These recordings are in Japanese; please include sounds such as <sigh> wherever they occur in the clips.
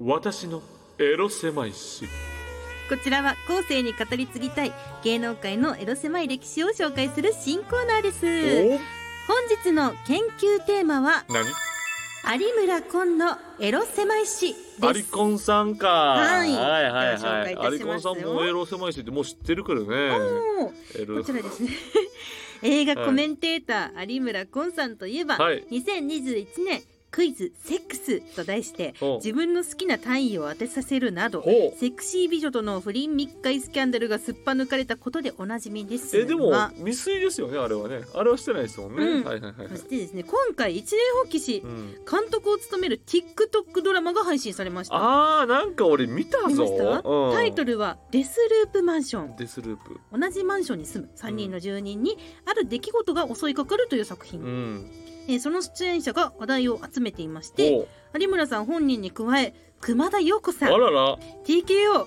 私のエロ狭い詩こちらは後世に語り継ぎたい芸能界のエロ狭い歴史を紹介する新コーナーです本日の研究テーマは何有村昆のエロ狭い詩アでリすコンさんかはいはいはいご紹は介いいたしますよアリコンさんもエロ狭い詩ってもう知ってるからねもうエロこちらですね <laughs> 映画コメンテーター有村昆さんといえば、はい2021年クイズセックスと題してお自分の好きな単位を当てさせるなどほうセクシー美女との不倫密会スキャンダルがすっぱ抜かれたことでおなじみですがえでも未遂ですよねあれはねあれはしてないですもんね、うんはいはいはいはいそしてですね今回一年放棄しうん、監督を務める TikTok ドラマが配信されましたあーなんか俺見たぞ見ましたうん、タイトルは「デスループマンション」デスループ同じマンションに住む3人の住人にある出来事が襲いかかるという作品、うんえーその出演者が話題を集めていましておう有村さん本人に加え熊田曜子あさんらら TKO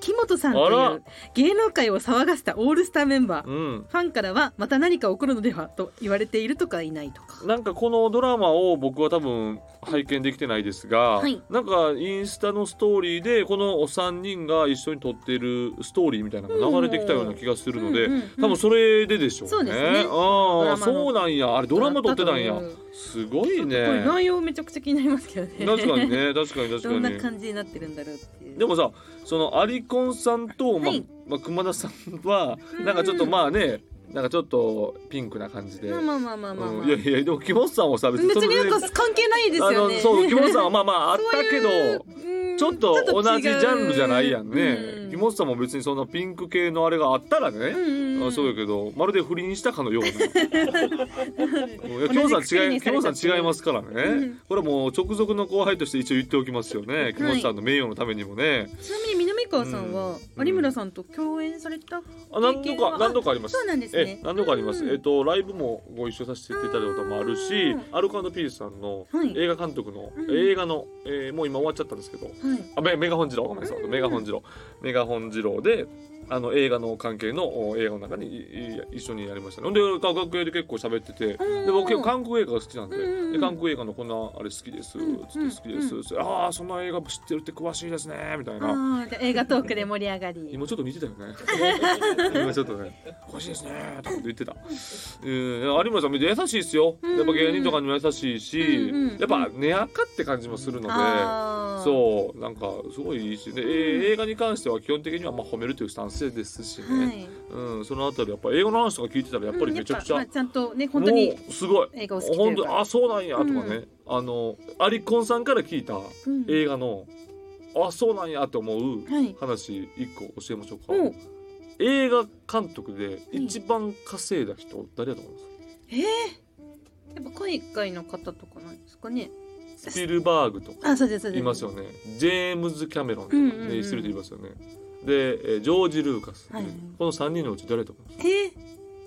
木本さんとあいらう芸能界を騒がしたオールスターメンバー、うんファンからはまた何か起こるのではと言われているとかいないとかなんかこのドラマを僕は多分拝見できてないですが、はいなんかインスタのストーリーでこのお三人が一緒に撮ってるストーリーみたいなのが流れてきたような気がするので、うんうんうん多分それででしょうね。そうですねああドラマのそうなんやあれドラマ撮ってたんやだったと思うすごいちょっとこれね。内容めちゃくちゃ気になりますけどね確かにね確かに確かどんに。な感じになってるんだろうっていうでもさそのアリコンさんと、まあはいまあ、熊田さんはうんなんかちょっとまあねなんかちょっとピンクな感じで、まあまあまあまあまあ、まあうんいやいやでも木本さんはさ別別にそれでになんか関係ないですあよのねそう木本さんはまあまああっ <laughs> そうたけいどううんちょっと同じジャンルじゃないやんね、うん木本さんも別にそんなピンク系のあれがあったらね、うんあそうやけどまるで不倫したかのようなうんいや <laughs> 木本さん違い木本さん違いますからね、うんこれはもう直属の後輩として一応言っておきますよね、はい木本さんの名誉のためにもねちなみに南川さんはうん有村さんと共演されたあ何度経験はか何度かありますそうなんですえね何度かあります、うんえっとライブもご一緒させていただいたこともあるしうんアルコピースさんのはい映画監督の、うん映画の、えーもう今終わっちゃったんですけどはいあメメガホン二郎ごめんなさい、うんメガホン二郎メガホン二郎であの映画の関係のお映画の中にいい一緒にやりましたねほんで楽屋で結構喋っててうんで僕結構韓国映画が好きなんで,、うんうんで韓国映画のこんなあれ好きですうんつって好きです、うつってああそんな映画知ってるって詳しいですねみたいな。あーじゃあ映画トークで盛り上がり今ちょっと似てたよ <laughs> ね。今ちょっとね、おかしいですねーとか言ってた。うん、有村さんめっちゃ優しいですよ。うんやっぱ芸人とかにも優しいし、うんうんやっぱ根やかって感じもするので。あーそうなんかすごいいいしで、えー映画に関しては基本的にはまあ褒めるというスタンスですしね、はいうん、そのあたりやっぱ英語の話とか聞いてたらやっぱりめちゃくちゃ、うんやっぱまあちゃんとね本当にもうすごい映画を好きとい本う当かあそうなんやとかね、うんあのアリコンさんから聞いたうん映画の、あそうなんやと思うはい話一個教えましょうか、お映画監督で一番稼いだ人誰だと思います、えー、やっぱ海外の方とかなんですかねスピルバーグとかあそうですそうですいますよねジェームズ・キャメロンとかうねんうんうん一人でいますよねで、えージョージ・ルーカス、はいこの3人のうち誰だと思いますえ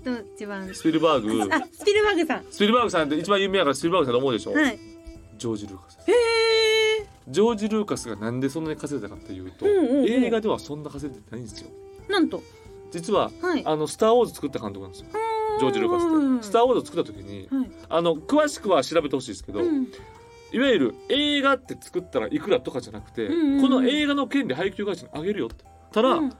ー、ど一番スピルバー <laughs> グあスピルバーグさんスピルバーグさんって一番有名やからスピルバーグさんと思うでしょ、はいジョージ・ルーカスですへえジョージ・ルーカスがなんでそんなに稼いだかっていうと、うんうんうん映画ではそんな稼いでないんですよー、なんと実ははいあのスター・ウォーズ作った監督なんですよジョージ・ルーカスって、うんスター・ウォーズ作った時にはいあの詳しくは調べてほしいですけど、うんいわゆる映画って作ったらいくらとかじゃなくて、うんうんうんこの映画の権利配給会社にあげるよってたら、うん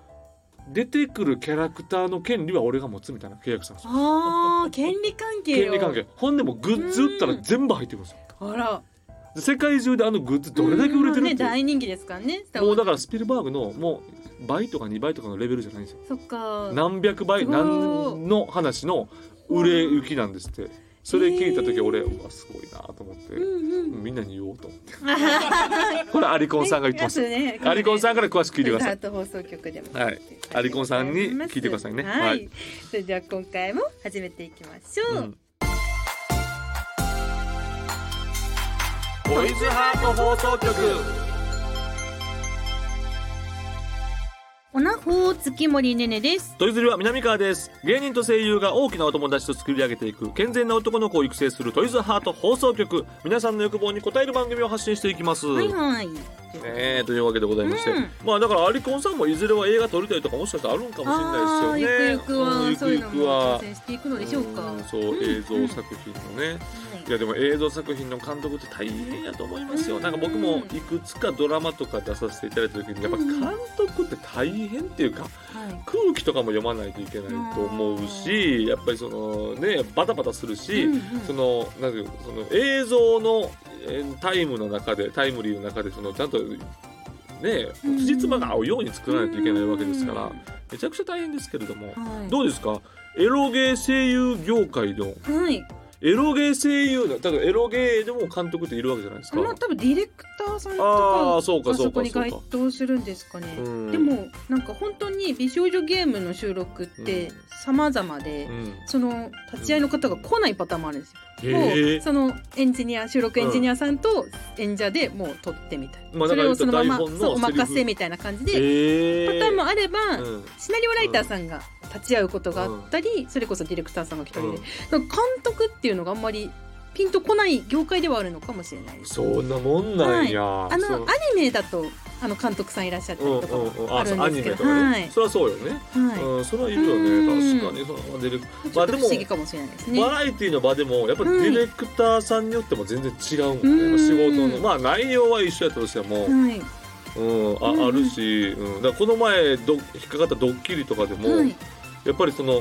出てくるキャラクターの権利は俺が持つみたいな契約したんですよあー権利関係権を利関係ほんでもうグッズ売ったら全部入ってくるんですよあらで世界中であのグッズどれだけ売れてるねっていう大人気ですからねスターウォもうーズだからスピルバーグのもう倍とか2倍とかのレベルじゃないんですよそっか何百倍すごい何の話の売れ行きなんですってそれ聞いた時俺へーうわすごいなと思ってうんうんみんなに言おうと思ってこれアリコンさんが言 <laughs> ってますねアリコンさんから詳しく聞いてくださいハート放送局でもはいアリコンさんに聞いてくださいねはい、はいそれでは今回も始めていきましょう、うんボイズハート放送局オナホ報月森ねねですトイズルは南川です芸人と声優が大きなお友達と作り上げていく健全な男の子を育成するトイズハート放送局皆さんの欲望に応える番組を発信していきます、はいはいねえというわけでございまして、うんまあだからアリコンさんもいずれは映画撮りたいとかもしかしたらあるんかもしああーれないゆですくゆくよね。はうんそゆくゆういうのも挑戦していくくのはでしょうかうんそう、ん映像作品のね。いやでも映像作品の監督って大変やと思いますよ。うんなんか僕もいくつかドラマとか出させていただいた時にやっぱ監督って大変っていうかはいはい空気とかも読まないといけないと思うし、やっぱりそのねバタバタするし。うんうんそのなんていうその映像のえータイムの中でタイムリーの中でそのちゃんとねうん辻褄が合うように作らないといけないわけですからうめちゃくちゃ大変ですけれどもんはいどうですかエロゲー声優業界のはいエロゲー声優だ例えばエロゲーでも監督っているわけじゃないですかまあ多分ディレクターさんとあかあそうかあそうそこかにそう該か当するんですかねうんでもなんか本当に美少女ゲームの収録ってうん様々で、うんその立ち会いの方が来ないパターンもあるんですよ。へもえうそのエンジニア収録エンジニアさんと演者でもう撮ってみたいな、まあだそかれらをそのま台ま本のそうお任セリせフみたいな感じで、へえパターンもあれば、うんシナリオライターさんが立ち会うことがあったり、それこそディレクターさんが来たりで、うんなんか監督っていうのがあんまりピンとこない業界ではあるのかもしれないです。そんなもんなんやあのそアうニメだとあの監督さんいらっしゃったうりんとうんうんかもああるんアでニすけメとど、かはねいそれはそうよねはい、うん、それはいるよねうん確かにそのディレク、ちょっと不思議かもしれないですね。バラエティの場でもやっぱディレクターさんによっても全然違うんだよね、うん仕事のまあ内容は一緒やったとしても、はい、うんあうんあるし、うん、だからこの前ど引っかかったドッキリとかでも、はい、やっぱりそのあ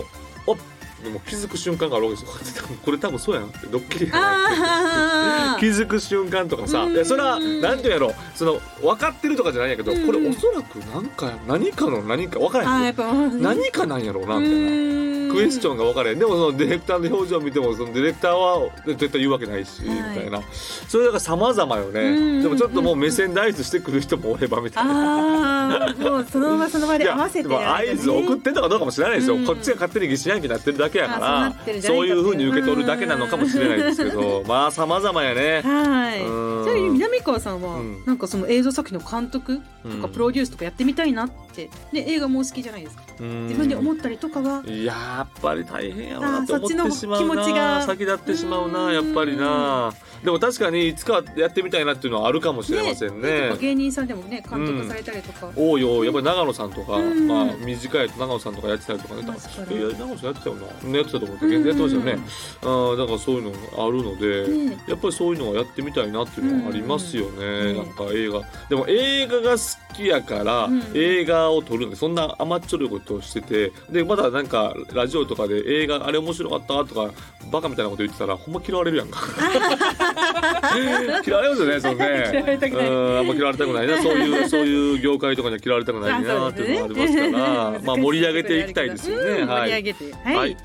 でも気づく瞬間があるわけですよ <laughs> これ多分そうやなってドッキリやなってあ気づく瞬間とかさうんいやそれは何て言うんやろその分かってるとかじゃないんやけどうんこれおそらく何か何かの何か分からへんあ、あけやっぱうどん何かなんやろうなみたいな。うんクエスチョンが分かれへんでもそのディレクターの表情を見てもそのディレクターは絶対言うわけないし、はいみたいなそれだから様々ようんうんうねんでもちょっともう目線で合図してくる人もおればみたいな。ああ、もうその場その場いでや合わせでても合図を送ってたかどうかも知らないですよ、うんこっちが勝手に疑心暗鬼になってるだけやからあそうなってるじゃそなういいかっていううふうに受け取るだけなのかもしれないですけどまあ様々やね。はい。うんちなみに南川さんは、うんなんかその映像作品の監督とかうんプロデュースとかやってみたいなって、で映画もお好きじゃないですか。自分で思ったりとかは、いややっぱり大変やろなって思っあーそてっちのしまうな気持ちが先立ってしまううなんやっぱりなでも確かにいつかやってみたいなっていうのはあるかもしれませんねなんか芸人さんでもね監督されたりとか、多いよやっぱり長野さんとか、うんまあ、短いと長野さんとかやってたりとかね多確かに分いや長野さんやってたよなやってたと思って現在やってましたよね、うん、だからそういうのがあるので、ねやっぱりそういうのをやってみたいなっていうのはありますよね、んなんか映画でも映画が好きやから、うん映画を撮るんでそんな甘っちょろいことをしててでまだなんかラジオとかで映画あれ面白かったとかバカみたいなこと言ってたらほんま嫌われるやん <laughs> か嫌われますよねそのね <laughs> 嫌われたくないうんあんま嫌われたくないなそういうそういう業界とかには嫌われたくないなっていうのがありますから、まあ盛り上げていきたいですよね、うんは盛り上い。げて、はい。はい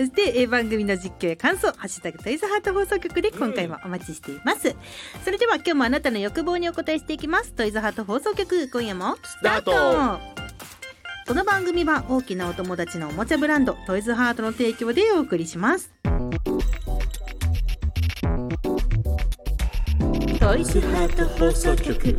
そして、えー番組の実況や感想、ハッシュタグトイズハート放送局で今回もお待ちしています。それでは今日もあなたの欲望にお答えしていきます。トイズハート放送局、今夜もススタターートトこの番組は大きなお友達のおもちゃブランドトイズハートの提供でお送りします。トイズハート放送局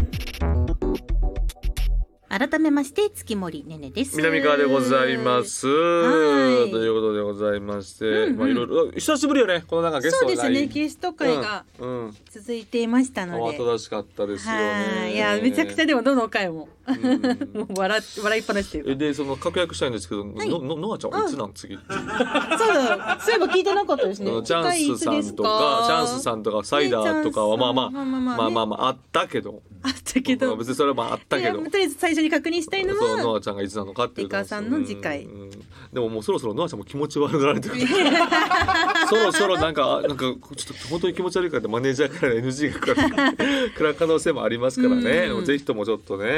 改めまして月森ねねです。南川でございま。す。はいということでございまして、うんうんまあいろいろ久しぶりよね。このなんかゲスそトがうですねないゲスト会がうん、うん、続いていましたの慌で、ただしかったですよはね。いいやめちゃくちゃでもどの回もうんもう笑っ笑いっぱなしというえでその確約したいんですけど、のののあちゃんうんいつなん次？かそうだそういえば聞いてなかったですあねのチャンスさんとかチャンスさんとかサイダーとかはまあまあまあまあまあまあねまあまああったけど、あったけど別にそれはまああったいけやど。とりあえず最初に確認したいのそうノはアちゃんがいつなのかっていうリカさんの次回うんうんでももうそろそろノアちゃんも気持ち悪くなられて <laughs> くるそろそろなんかあなんかちょっと本当に気持ち悪いからってマネージャーから NG が来 <laughs> る来る可能性もありますからね、うんぜひともちょっとね、は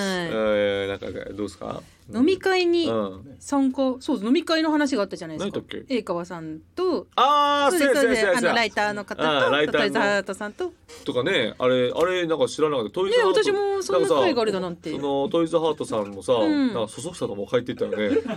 えーなんかどうですかい飲み会にうん参加そう飲み会の話があったじゃないですか何だっけ栄川さんとああそうそうやでそすそううやですあそうのラやイターの方あーとライターのトイザハートさんととかねあれあれなんか知らなかったトイねズハート私もそんな会があるだなんてそのトイズハートさんもさ、んなんかそそくさともう帰っていったよね本当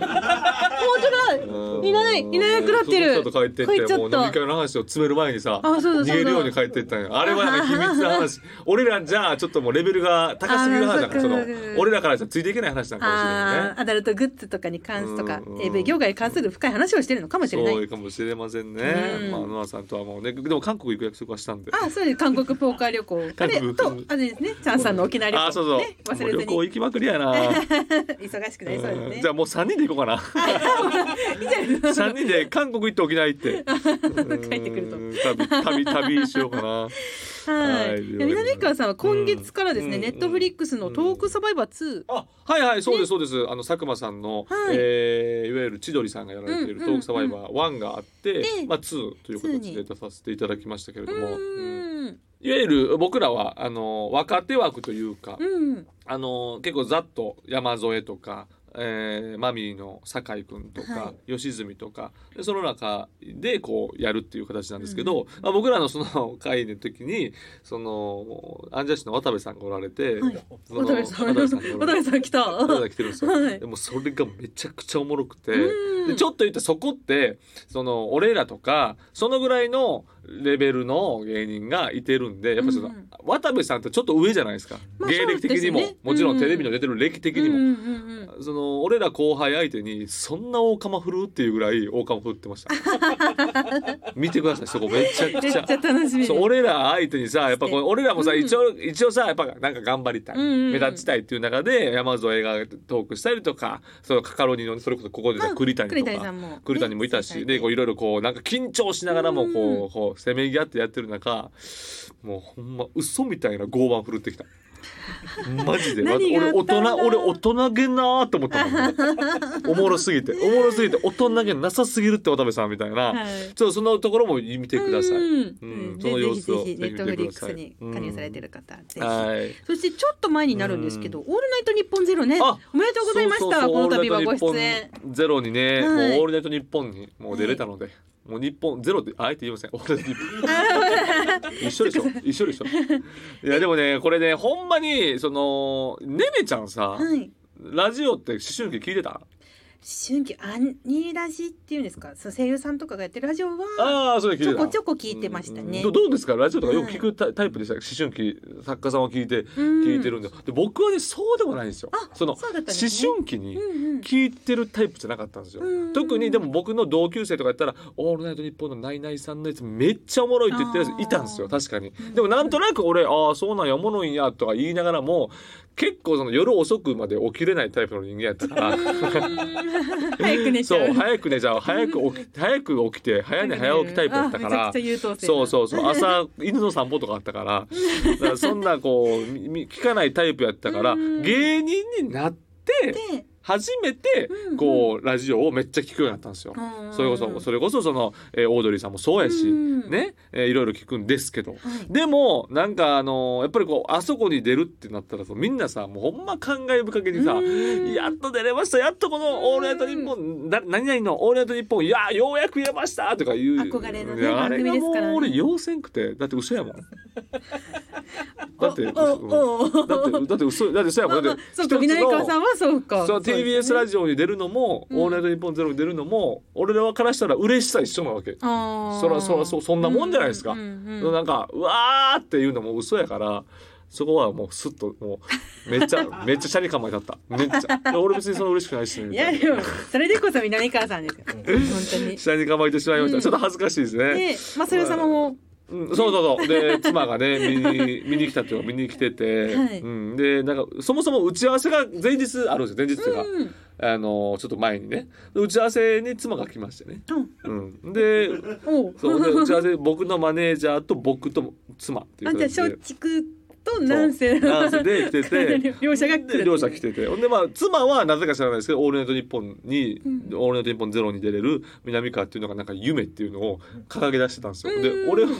だいないいなくなってるちょっと帰ってっ帰ってちゃったもう飲み会の話を詰める前にさあそうだそうだ逃げるように帰ってったんよあれはなんか秘密の話俺らじゃあちょっともうレベルが高すぎる話だからあそーそっのか俺らからじゃついていけない話なんかもしれないねあアダルトグッズとかに関すとかうんうん AV 業界に関する深い話をしてるのかもしれないそうかもしれませんねう。んまあノアさんとはもうね、でも韓国行く約束はしたんで。あそれで韓国ポーカー旅行あ韓れ国とあれですねチャンさんの沖縄旅行、ね、あ、そうそう。も忘うれず旅行に行きまくりやな。忙しくなりそうですうねんじゃあもう三人で行こうかな。三人で韓国行って沖縄行って。帰ってくるとうん。旅旅旅しようかな。はい、はいいや南川さんは今月からですね、うんネットフリックスの「トークサバイバー2」あ、はいはい、そうですそうです。あの佐久間さんの、はいえーいわゆる千鳥さんがやられているうトんークサバイバー1があって、でまあ2という形で出させていただきましたけれども、うんうんいわゆる僕らはあの若手枠というか、うんあの結構ざっと山添とか、えーマミーの酒井君とか、は吉住とかでその中でこうやるっていう形なんですけど、まあ、僕らのその会の時にそのアンジャッシュの渡部さんがおられて、はいその渡部さん渡渡部さんがおられ部てさん来た渡部さんが来てるんですよ。 <laughs> はいでもそれがめちゃくちゃおもろくて。うんでちょっと言ってそこってその俺らとかそのぐらいのレベルの芸人がいてるんでやっぱその、うんうん渡部さんってちょっと上じゃないですか、まあ芸歴的にも、そうですねもちろうんんテレビの出てる歴的にうんも、うんうんうんその俺ら後輩相手にそんな大釜振るっていうぐらい大釜振ってました <laughs> 見てくださいそこめちゃくめっちちゃゃ。楽しみそう俺ら相手にさやっぱこう俺らもさうん一応一応さやっぱなんか頑張りたいうんうんうん目立ちたいっていう中で山添がトークしたりとかそのカカロニのそれこそここでさあ栗谷栗と谷かさんも栗谷もいたし、でこういろいろこうなんか緊張しながらもこうこうせめぎ合ってやってる中もうほんま嘘みたいな剛腕振るってきた。マジで <laughs> 何があ俺った大んだ人俺大人げなーと思ったもんおもろすぎ <laughs> ておもろすぎて大人げなさすぎるって渡部さんみたいな、はいちょっとそんなところも見てください。うんうんぜその様ひ子ぜをひネットぜひ見てくフリックださいスに加入されてる方、ぜひはい。そしてちょっと前になるんですけど、オールナイトニッポンゼロね。あおめでとうございました。そうそうそうこの度はご出演。。オールナイトニッポンゼロにね、はいもうオールナイト日本にもう出れたので、もう日本ゼロってあえて言いません。オールナイトニッポン一緒でし <laughs> ょ。一緒でしょ。いやでもね、これね、ほんまにそのねねちゃんさ、はい。思ラジオって思春期聞いてた？春期アニラジっていうんですか。そう声優さんとかがやってるラジオはああ、それ聞いてちた。ょこちょこ聞いてましたうんね。どどうですかラジオとかよく聞くタイタイプでした、思春期作家さんは聞いてうん聞いてるんで,、で僕はねそうでもないんですよあそのそうだったんですね思春期にうんうん。聞いてるタイプじゃなかったんですよ、うん特にでも僕の同級生とかやったら「オールナイトニッポン」のナイナイさんのやつめっちゃおもろいって言ってるやあつーいたんですよ確かにんでもなんとなく俺「ああそうなんやおもろいんや」とか言いながらも結構その夜遅くまで起きれないタイプの人間やったから。 <laughs> 早く寝ちゃ。そうう早く寝ちゃう早く起き早く起きて早寝早起きタイプだったかあらめちゃくちゃ優等生だ。そうそうそう朝犬の散歩とかあったからだからそんなこうみみ聞かないタイプやったからうん芸人になってで初めてうんこうラジオをめっちゃ聞くようになったんですよ。うんそれこそそれこそその、えーオードリーさんもそうやし、うんねえーいろいろ聞くんですけど。はいでもなんかあのーやっぱりこうあそこに出るってなったらそうみんなさもうほんま感慨深げにさうんやっと出れましたやっとこの「オールナイトニッポン」な何々の「オールナイトニッポン」いやようやく言えましたとか言う憧れのねいやあれが番組もですからねう俺要せんくてだって嘘やもんだって <laughs> おうんおおだってだって嘘だって嘘やまもあんだまっあてそう一つかの南川さんはそうか。そうですね TBS ラジオに出るのも「うんオールナイトニッポンゼロに出るのも俺らからしたら嬉しさ一緒なわけあーそらそらそそんなもんじゃないですかうんうんうんなんか「うわ!」っていうのも嘘やからそこはもうスッともうめっ <laughs> ちゃめっちゃシャリ構えだっためっちゃで俺別にその嬉しくないしねいみたやいでもそれでこそ南川さんですよ。本当なに。下に構えてしまいました、うんちょっと恥ずかしいですねで、マサヨ様もうん、そうそうそうで妻がね見に見に来たっていうか見に来てて、はいうん、でなんかそもそも打ち合わせが前日あるんですよ前日っていうか、うんあのちょっと前にね打ち合わせに妻が来ましてね、うん、でおうそうで打ち合わせ僕のマネージャーと僕と妻っていうあじゃ形あで松竹と南西そう南西で来て <laughs> て両者が来でる両者来ててほんでまあ妻はなぜか知らないですけど「オールナイトニッポン」に「うんオールナイトニッポンゼロに出れる南川っていうのがなんか夢っていうのを掲げ出してたんですよ。でうん俺は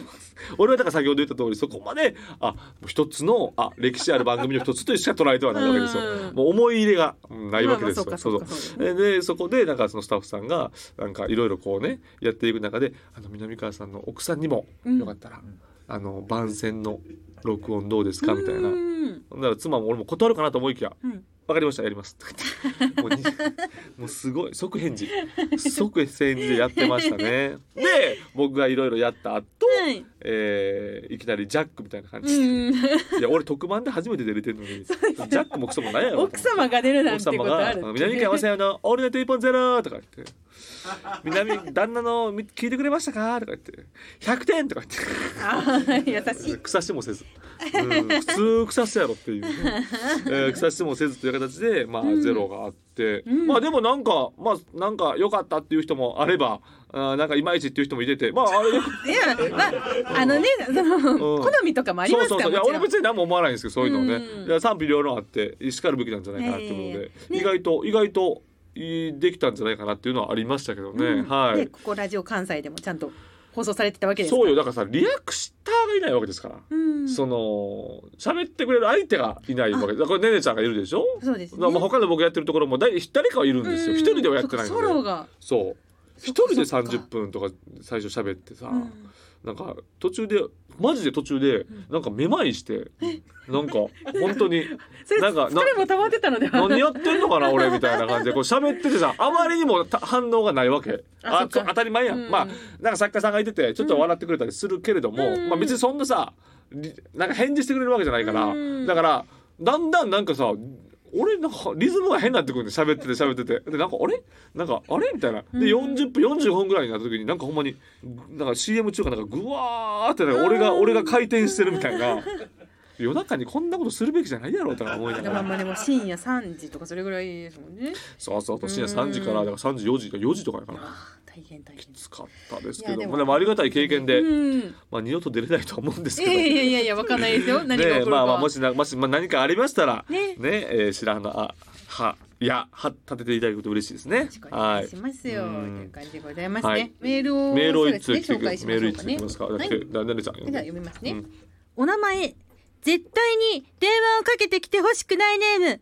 俺はだから先ほど言った通りそこまであ一つのあ歴史ある番組の一つとしか捉えてはないわけですよ。うんもう思い入れがうんないわけですよ。まあまあそうかそうかそうそうそうででそこでなんかそのスタッフさんがなんかいろいろこうねやっていく中であの南川さんの奥さんにもうんよかったら、あの番宣の録音どうですかみたいな。うんほんなら妻も俺も断るかなと思いきや、うんあわかりましたやります」とか言ってもうに <laughs> もうすごい即返事即返事でやってましたね。で僕がいろいろやった後、はい。えーいきなり「ジャック」みたいな感じでうん。 <laughs> いや俺特番で初めて出れてるのにジですよャックもクソもないやろと思って奥様が出るなん奥てこ様とあがる。 「南川雅代のオールナイト一本ゼロ」とか言 <laughs> って「南旦那のみ聞いてくれましたか?」とか言って「100点!」とか言って。ああ、優しい。草しもせず、うん、普通草しやろっていう、 <laughs> えー、草しもせずという形でまあうんゼロがあって、うんまあでもなんかまあなんか良かったっていう人もあればあーなんかいまいちっていう人もいててまあ <laughs> あれよくいや、まあ、あのね、その、うん好みとかもありそまうすそうかそら。ういやもち俺ろん別に何も思わないんですけどそういうのもね、うんいや賛否両論あってしかるべきなんじゃないかなって思うので、ええ意外と意外といいできたんじゃないかなっていうのはありましたけどね、うんはでいここラジオ関西でもちゃんと放送されてたわけですかそうよだからさリアクターがいないわけですから、うんそその喋ってくれる相手がいないわけだからこれねねちゃんがいるでしょうですまあ、他の僕やってるところも誰誰かはいるんですよ一人ではやってないそっかソロのでがそう一そっか人でそっか30分とか最初喋ってさ、うんなんか途中でマジで途中でんなんかめまいして、なんか本当 <laughs> にそれなんかな疲れも溜まってたのでは何やってんのかな俺みたいな感じでこう喋っててさあまりにもた反応がないわけあそあっかそう当たり前やん、うんまあなんか作家さんがいててちょっと笑ってくれたりするけれども、うんまあ、別にそんなさりなんか返事してくれるわけじゃないから、うんだからだんだんなんかさ俺なんかリズムが変になってくるんで喋ってて喋っててでなんかあれなんかあれみたいなでうん40分45分ぐらいになった時になんかほんまになんか CM 中かなんかぐわーってなんか俺がうん俺が回転してるみたいな夜中にこんなことするべきじゃないやろうとか思いながまあらまあでも深夜3時とかそれぐらいですもんねそうそう深夜うん3時からだから3時4時4時とかやからあー大変大変使ったですいけやどでもまあでもありがたい経験で、うんまあ、二度と出れないとは思うんですいけどや。いやいやいやわかんないです <laughs> よ何が起こねるかまあまあもしなもし、まあ、何かありましたらねねえー白羽のあは「いや」は立てていただくと嬉しいですねよろしくおは願いいしますよ、うんという感じでございますね、はいメールをメールをそうで一す通ね来てく紹介しまメしールょう一か通ね来ますか、はいだってだねねちゃんでは読みますね、うんお名前絶対に電話をかけてきてほしくないネーム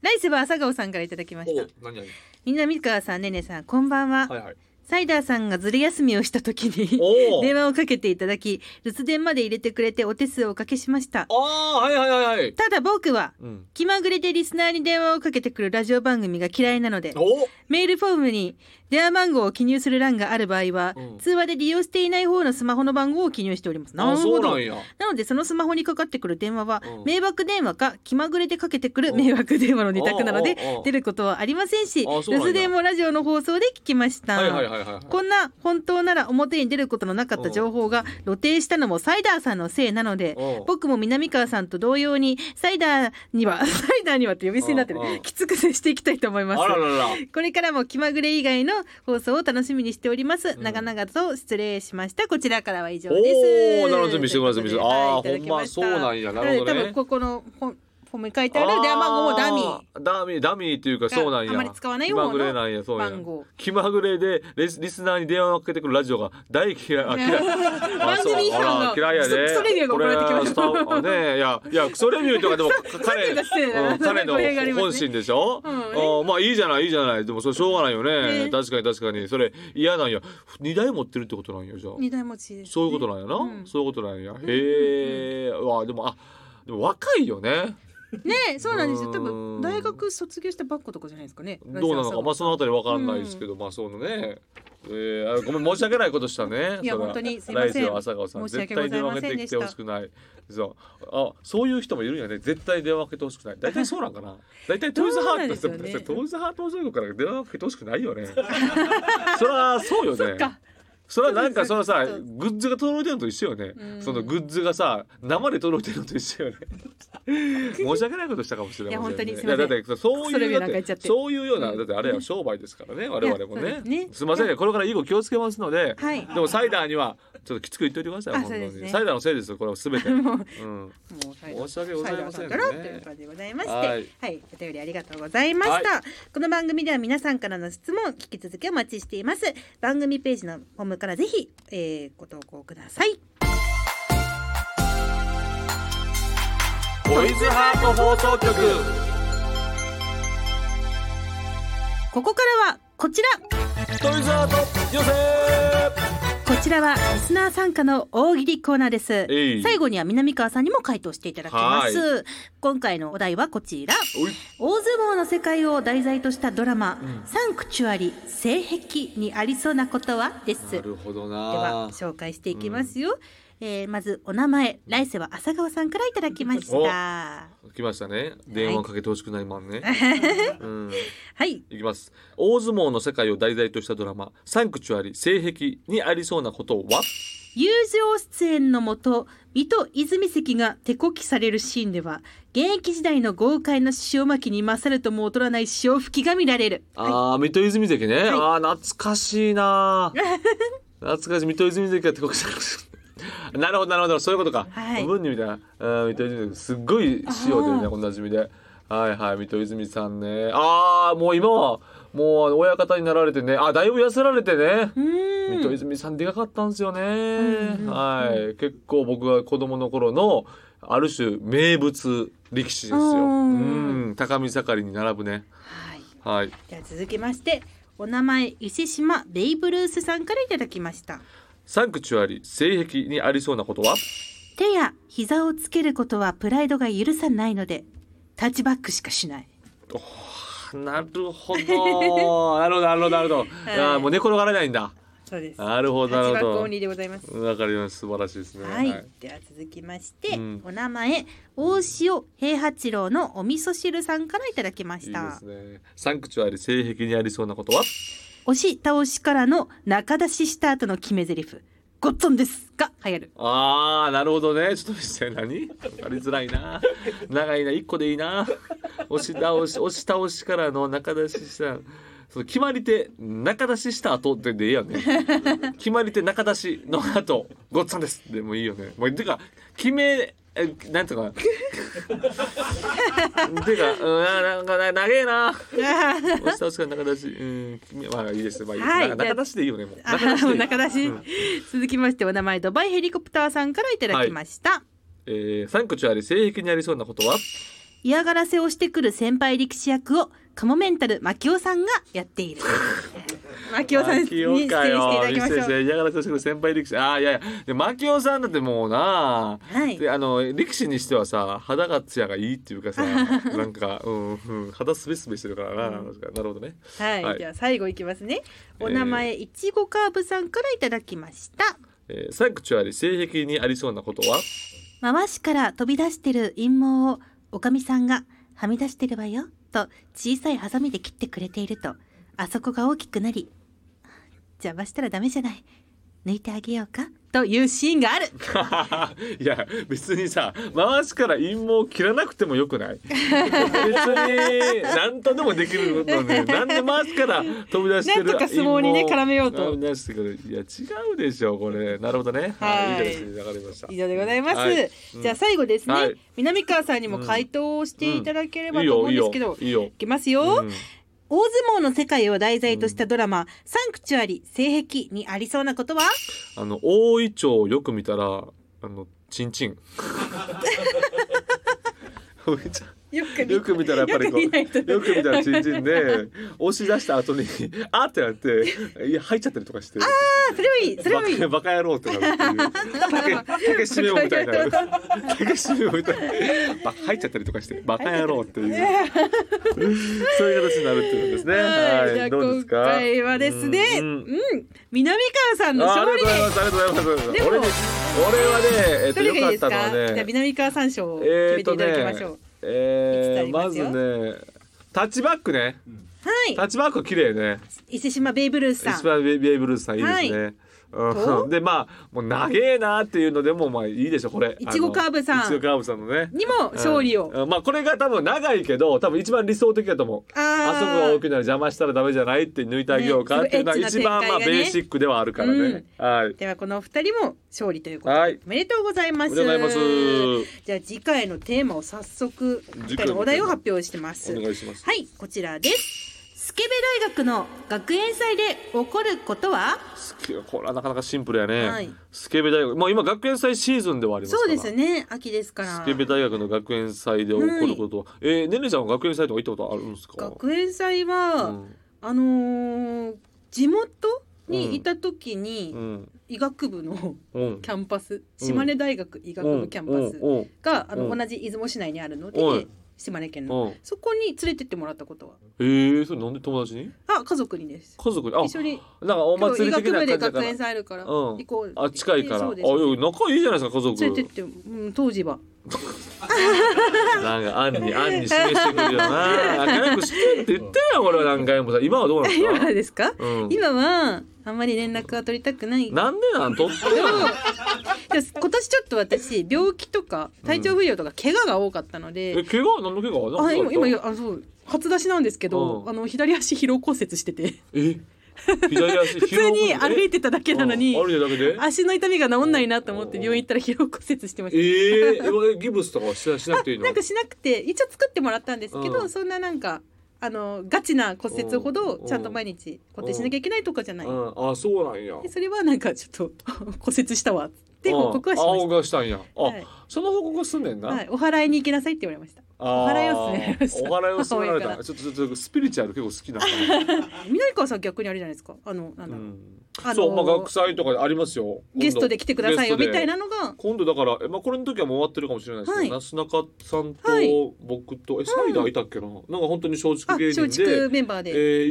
来世は朝顔さんからいただきましたお何々南川さんねねさんこんばんは、はいはいサイダーさんがずる休みをした時におお電話をかけていただき留守電まで入れてくれてお手数をおかけしましたああはいはいはいはいただ僕はうん気まぐれでリスナーに電話をかけてくるラジオ番組が嫌いなのでおメールフォームに電話番号を記入する欄がある場合は、うん通話で利用していない方のスマホの番号を記入しております。あそうなんなやのでそのスマホにかかってくる電話は、うん迷惑電話か気まぐれでかけてくる迷惑電話の二択なのでおうおうおう出ることはありませんしあそうなんや留守電もラジオの放送で聞きました、はいはいはいはいはいこんな本当なら表に出ることのなかった情報が露呈したのもサイダーさんのせいなのでうん僕も南川さんと同様にサイダーに <laughs> はサイダーにはって呼び捨てになってるうんうんきつく接していきたいと思いますあらららこれからも気まぐれ以外の放送を楽しみにしております、ん長々と失礼しましたこちらからは以上おですおーなるほど見してください見してくださいあーということではいただきしたほんまそうなんやなるほどねなので多分ここのフォンフォームに書いてある電話番号もダミーーダミーダミーっていうかそうなんやあまり使わない気方のまぐれなんやそうや番号気まぐれでレスリスナーに電話をかけてくるラジオが大嫌いあ嫌 <laughs> いあそう番組違反があら嫌いやでクソレビューが送られてきましたこれはスタねえいやいやクソレビューとかでも <laughs> 彼レビューが失礼だなうん彼語弊がありのますね本心でしょ、うんあまあいいじゃないいいじゃないでもそれしょうがないよねね確かに確かにそれ嫌なんや二台持ってるってことなんやじゃあ二台持ちです、ね、そういうことなんやな、うんそういうことなんやへえ、わあでもあでも若いよねねえそうなんですよ多うー分ん大学卒業したばっことかじゃないですかねどうなのかまあそのあたりわからないですけど、まあそうね、えー、あごめん申し訳ないことしたねいやそれは本当にすいません来世は朝顔さん申し絶訳ござ対いませ電話かけんてきてほしくないそうあそういう人もいるんやね絶対電話かけてほしくない大体そうなんか <laughs> な大体トイズハートってどうなんでしょうねトイズハートのそういうから電話かけてほしくないよねそりゃそうよねそっかそれはなんかそそうのさですちょっとグッズが届いてるのと一緒よねうんそのグッズがさ生で届いてるのと一緒 <laughs> よね申し訳ないことしたかもしれません、ね、いや本当にすいいませやんだってそうクソレいビュうーなんかだ言っっちゃっててそういうようなうんだってあれは商売ですからね我々もいねやそうですねすいませんねこれから以後気をつけますので、はいでもサイダーにはちょっときつく言っておいてくださいあ本当そうに、ですねサイダーのせいですよこれは全て、う、もうん <laughs> もうサイダー申し訳ございませんねサイダーさからという感じでございまして、ははいい、お便りありがとうございました、この番組では皆さんからの質問引き続きお待ちしています。番組ページのフォームからぜひ、えー、ご投稿ください。トイズハート放送局ここからはこちら。トイズハートよせこちらはリスナー参加の大喜利コーナーですえい最後には南川さんにも回答していただきます今回のお題はこちらおい大相撲の世界を題材としたドラマ「うんサンクチュアリ性癖」にありそうなことはですなでるほどなは紹介していきますよ、えーまずお名前来世は浅川さんからいただきましたおは来ましたね電話かけてほしくないまんね、うんいいきます大相撲の世界を題材としたドラマ「サンクチュアリ性癖」にありそうなことは友情出演のもと水戸泉関が手こきされるシーンでは現役時代の豪快な塩巻きに勝るとも劣らない潮吹きが見られるはああ、水戸泉関ね。ああー、懐かしいな <laughs> ー。懐かしい、水戸泉関が手こきされるなるほど、なるほど、そういうことか。はい文にみたいな、うん、水戸泉関、すっごい塩であね、ーおなじみで。はいはい、水戸泉さんね。ああ、もう今は、もう親方になられてね、あ、だいぶ痩せられてね。い、うーん水戸泉さんでかかったんですよね、んうんはい結構僕が子供の頃のある種名物力士ですよあーうん高見盛りに並ぶねははいいでは続きましてお名前石島ベイブルースさんからいただきましたサンクチュアリ性癖にありそうなことは手や膝をつけることはプライドが許さないのでタッチバックしかしないなるほど <laughs> なるほどなるほどなるほど、あーもう寝転がらないんだそうですなるほどなるほでございますどわかります素晴らしいですねはい、では続きまして、うんお名前大塩平八郎のお味噌汁さんからいただきまいしいたですねサンクチュアリ性癖にありそうなことは押し倒しからの中出しした後の決め台詞ごっつんですが流行るああなるほどねちょっと見せて何わかりづらいな長いな一個でいいな押し倒し押し倒しからの中出ししたその決まり手中出しした後ってでいいよね決まり手中出しの後ごっつぁんですでもいいよねもうてか決めえなんていうのかなてかうんあなんかな長えな押し倒しから中出しうん決めまあいいですまあいいです、はいな中出しでいいよねもうあ中出しでいい <laughs> 中出し、続きましてお名前ドバイヘリコプターさんからいただきました、えー、サンクチュアリ性癖にありそうなことは嫌がらせをしてくる先輩力士役をカモメンタルマキオさんがやって <laughs> いるマキオさんに出演していただきましょう嫌がらせをしてくる先輩力士。ああ、いやいや、で、マキオさんだってもうな。はいで、あの、力士にしてはさ、肌がツヤがいいっていう <laughs> かさ、なんか、うん、うん、肌すべすべしてるからな、確かになるほどね。はい、はいでは最後いきますねえーお名前、いちごカーブさんからいただきましたえー、サンクチュアリ性癖にありそうなことは。回しから飛び出してる陰謀をおかみさんがはみ出してるわよと小さいハサミで切ってくれているとあそこが大きくなり邪魔したらダメじゃない抜いてあげようかというシーンがある <laughs> いや別にさ回しから陰謀を切らなくてもよくない <laughs> 別に何とでもできること <laughs> ねなんで回しから飛び出してるなんとか相撲にね陰謀を絡めようと飛び出してくるいや違うでしょこれなるほどねはい、はいい、いですねわかりました以上でございます、はいじゃあ最後ですね、はい南川さんにも回答をしていただければいいと思よいいうんですよけど、いいよいきますよ、うん大相撲の世界を題材としたドラマ、サンクチュアリ性癖にありそうなことはあの大井町をよく見たらあのチンチ <laughs> ン大井町よくよく見たらやっぱりこうよく見ないとよく見たらチンチンで押し出した後にあーってなっていや入っちゃったりとかしてあそれはいいそれはいいバカバカ野郎ってなるっていう竹竹締めをみたいに <laughs> なる竹締めをみたいにバカ入っちゃったりとかしてバカ野郎っていうそういう形になるっていうんですねはい、じゃはあいどうです今か回はですね、ううんん、南川さんのああ勝り利がとうございますありがとうございますでも俺ね俺はねえっとどれ良がいいかでったすかのじはゃあね南川さん賞を決えーめてといただきましょう、ねえーいくつありまますずよねタッチバックねタはッチバックは綺麗ねい伊勢島ベイブルースさ一ん番ベイベイブルースさんいいですね。とうん、でまあもう長えなっていうのでもまあいいでしょこれいちごカーブさんあのいちごカーブさんのねにも勝利を、うんまあこれが多分長いけど多分一番理想的だと思うあーあそこが大きくなる邪魔したらダメじゃないって抜いてあげようかっていうのはねす一ごいエッチな番展ま開があねベーシックではあるからね、はいではこのお二人も勝利ということで、はいおめでとうございますおめでとうございますじゃあ次回のテーマを早速次今回回のテーマのお題を発表してますお願いしますはいこちらですスケベ大学の学園祭で起こることはスケこれはなかなかシンプルやね、はいスケベ大学もう今学園祭シーズンではありますかそうらですね秋ですからスケベ大学の学園祭で起こること、えーねねちゃんは学園祭とか行ったことあるんですか学園祭は、うんあのー地う元んにいた時に、うん医学部のうんキャンパス島根大学医学部キャンパスうんがあうのん同じ出雲市内にあるのうんで島根県のうんうんそこに連れてってもらったことはええそれなんで友達にあ家族にです家族にあ一緒になんかお今日祭医り的学部なで感じだか学園ら祭あるからうん行こうあ近いからあそういですや仲いいじゃないですか家連れ族てって、うん、当時はなんか案に案に示してくるよ <laughs> な明るくしてるって言ったよ俺は何回もさ今はどうなんです今はかですかうん今はあんまり連絡は取りたくないなんでなんとってでもでも今年ちょっと私病気とか体調不良とか怪我が多かったので、え怪我何の怪我あ何今の怪我今あそう初出しなんですけど、うんあの左足疲労骨折しててえ左足 <laughs> 普通に歩いててただけなのに歩いてるだけで足の痛みが治んないなと思って病院行ったら疲労骨折してました。ええー、えギブスとかはしなしなくていいのなんかしなくて一応作ってもらったんですけど、うんそんななんかあのガチな骨折ほどうんちゃんと毎日固定しなきゃいけないとかじゃない、うん、あそうなんやでそれはなんかちょっと <laughs> 骨折したわって報告はしうんあま報し告はしたんやあ、た、はいその報告はすんねんな、はい、お祓いに行きなさいって言われましたお祓いを勧められましたお祓いを勧められ母た親かちょっとちょっとちょっとスピリチュアル結構好きなの、南川さん逆にあれじゃないですかあのなんうだ、ん、あのそうまあ学祭とかでありますよゲストで来てくださいよゲスみトでたいなのが今度だからえ、まあ、これの時はもう終わってるかもしれないですけど、はなすなかさんとはい僕と、えサイダーいたっけな、なんか本当に松あ竹芸人松で竹メンバーで、えー、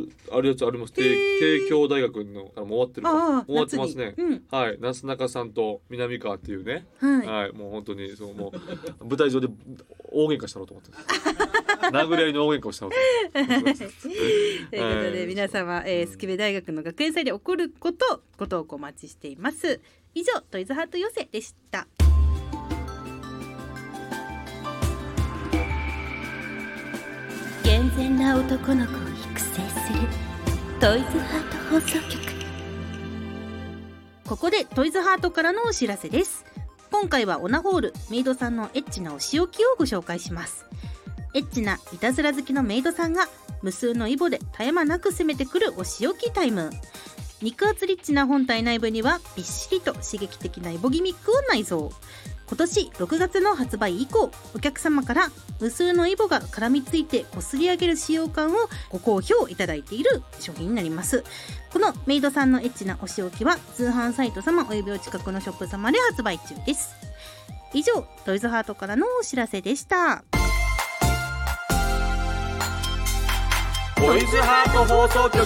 行くあるやつあります。帝へー帝京大学のあもう終わってるかああ終わって夏ますに、ね。うんはい、なすなかさんと南川っていうね、はい、はい、もう本当にそうもう舞台上で大喧嘩したろうと思って <laughs> ます。殴り合いの大喧嘩をしたろうと思ってます。ということはでい皆様、えー、スキベ大学の学園祭で起こることご投稿お待ちしています以上トイズハート寄せでした健全な男の子を育成するトイズハート放送局ここでトイズハートからのお知らせです今回はオナホールメイドさんのエッチなお仕置きをご紹介しますエッチないたずら好きのメイドさんが無数のイボで絶え間なく攻めてくるお仕置きタイム肉厚リッチな本体内部にはびっしりと刺激的なイボギミックを内蔵今年6月の発売以降お客様から無数のイボが絡みついてこすり上げる使用感をご好評いただいている商品になりますこのメイドさんのエッチなお仕置きは通販サイト様およびお近くのショップ様で発売中です以上トイズハートからのお知らせでしたボイズハート放送局。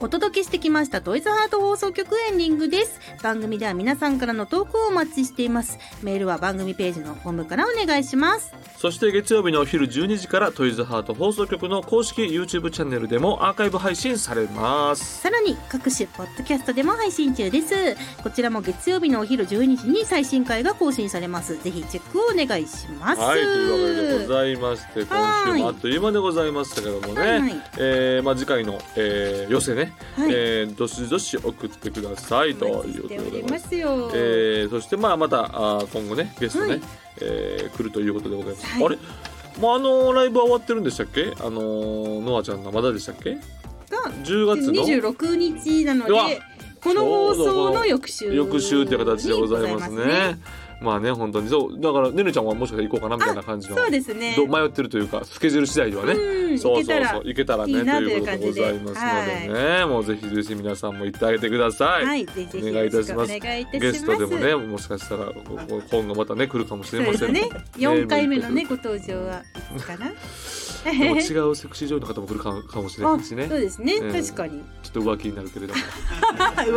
お届けしてきましたトイズハート放送局エンディングです番組では皆さんからの投稿をお待ちしていますメールは番組ページのホームからお願いしますそして月曜日のお昼12時からトイズハート放送局の公式 YouTube チャンネルでもアーカイブ配信されます。さらに各種ポッドキャストでも配信中ですこちらも月曜日のお昼12時に最新回が更新されますぜひチェックをお願いしますはい、というわけでございまして、今週もあっという間でございましたけどもね、はいはいえーまあ、次回の、えー、寄せね、はいえーどしどし送ってくださいとお待ちいうことしてでおございりま。ますすよ、えーそしてまあまたあー今後ねゲストね、はいえー来るということでございます。はいあれもうあのライブは終わってるんでしたっけ？あのーノアちゃんのまだでしたっけ？が10月の26日なのうわでこの放送の翌週翌週という形でございますね。にございますねまあね本当にそうだからねるちゃんはもしかしたら行こうかなみたいな感じのそうですねど迷ってるというかスケジュール次第ではね。うんそういけそたうらそう行けたらねいいなということといでごう感じでざいますのでね、もうぜひぜひ皆さんも行ってあげてください。はい、ぜひぜひお願いいたしますよろしくお願いいたしますゲストでもねもしかしたらここ今後またね来るかもしそうれまでせすんね4回目のねでご登場はいつかなも違うセクシー女優の方も来るかもか <laughs> もしれなあいしねそうですね、うん確かにちょっと浮気になるけれども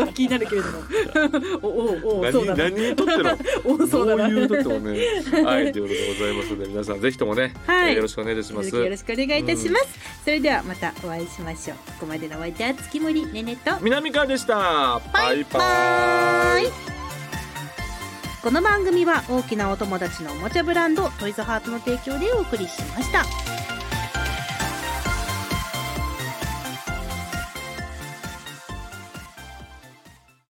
浮気になるけれ <laughs> どもおおお <laughs> おそうだ何な何とって <laughs> のおそうだどなういうとってもね <laughs> はいということでございますので皆さんぜひともね、はいえーよろしくお願いいたしま続すきよろしくお願いいたします、それではまたお会いしましょうここまでのお相手は月森ねねと南川でしたバイバーイこの番組は大きなお友達のおもちゃブランドトイズハートの提供でお送りしました